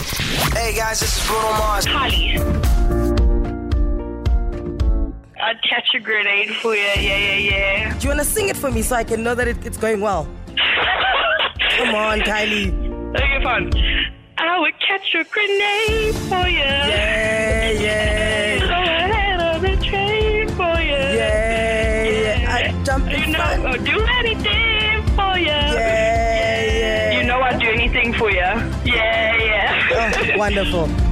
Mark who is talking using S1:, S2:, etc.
S1: Hey guys, this is Bruno Mars.
S2: Holly. I'll catch a grenade for you. Yeah, yeah,
S3: Do you want to sing it for me so I can know that it, it's going well?
S2: yeah.
S3: Come on, Kylie.
S2: Okay, fine. I would catch a grenade for you.
S3: Yeah,
S2: Go
S3: yeah,
S2: ahead on the train for you.
S3: yeah, yeah. I jump
S2: You
S3: in
S2: know,
S3: front.
S2: I'll do anything for you.
S3: Yeah, yeah.
S2: You know, I'd do anything for you. Yeah, yeah.
S3: Oh, wonderful.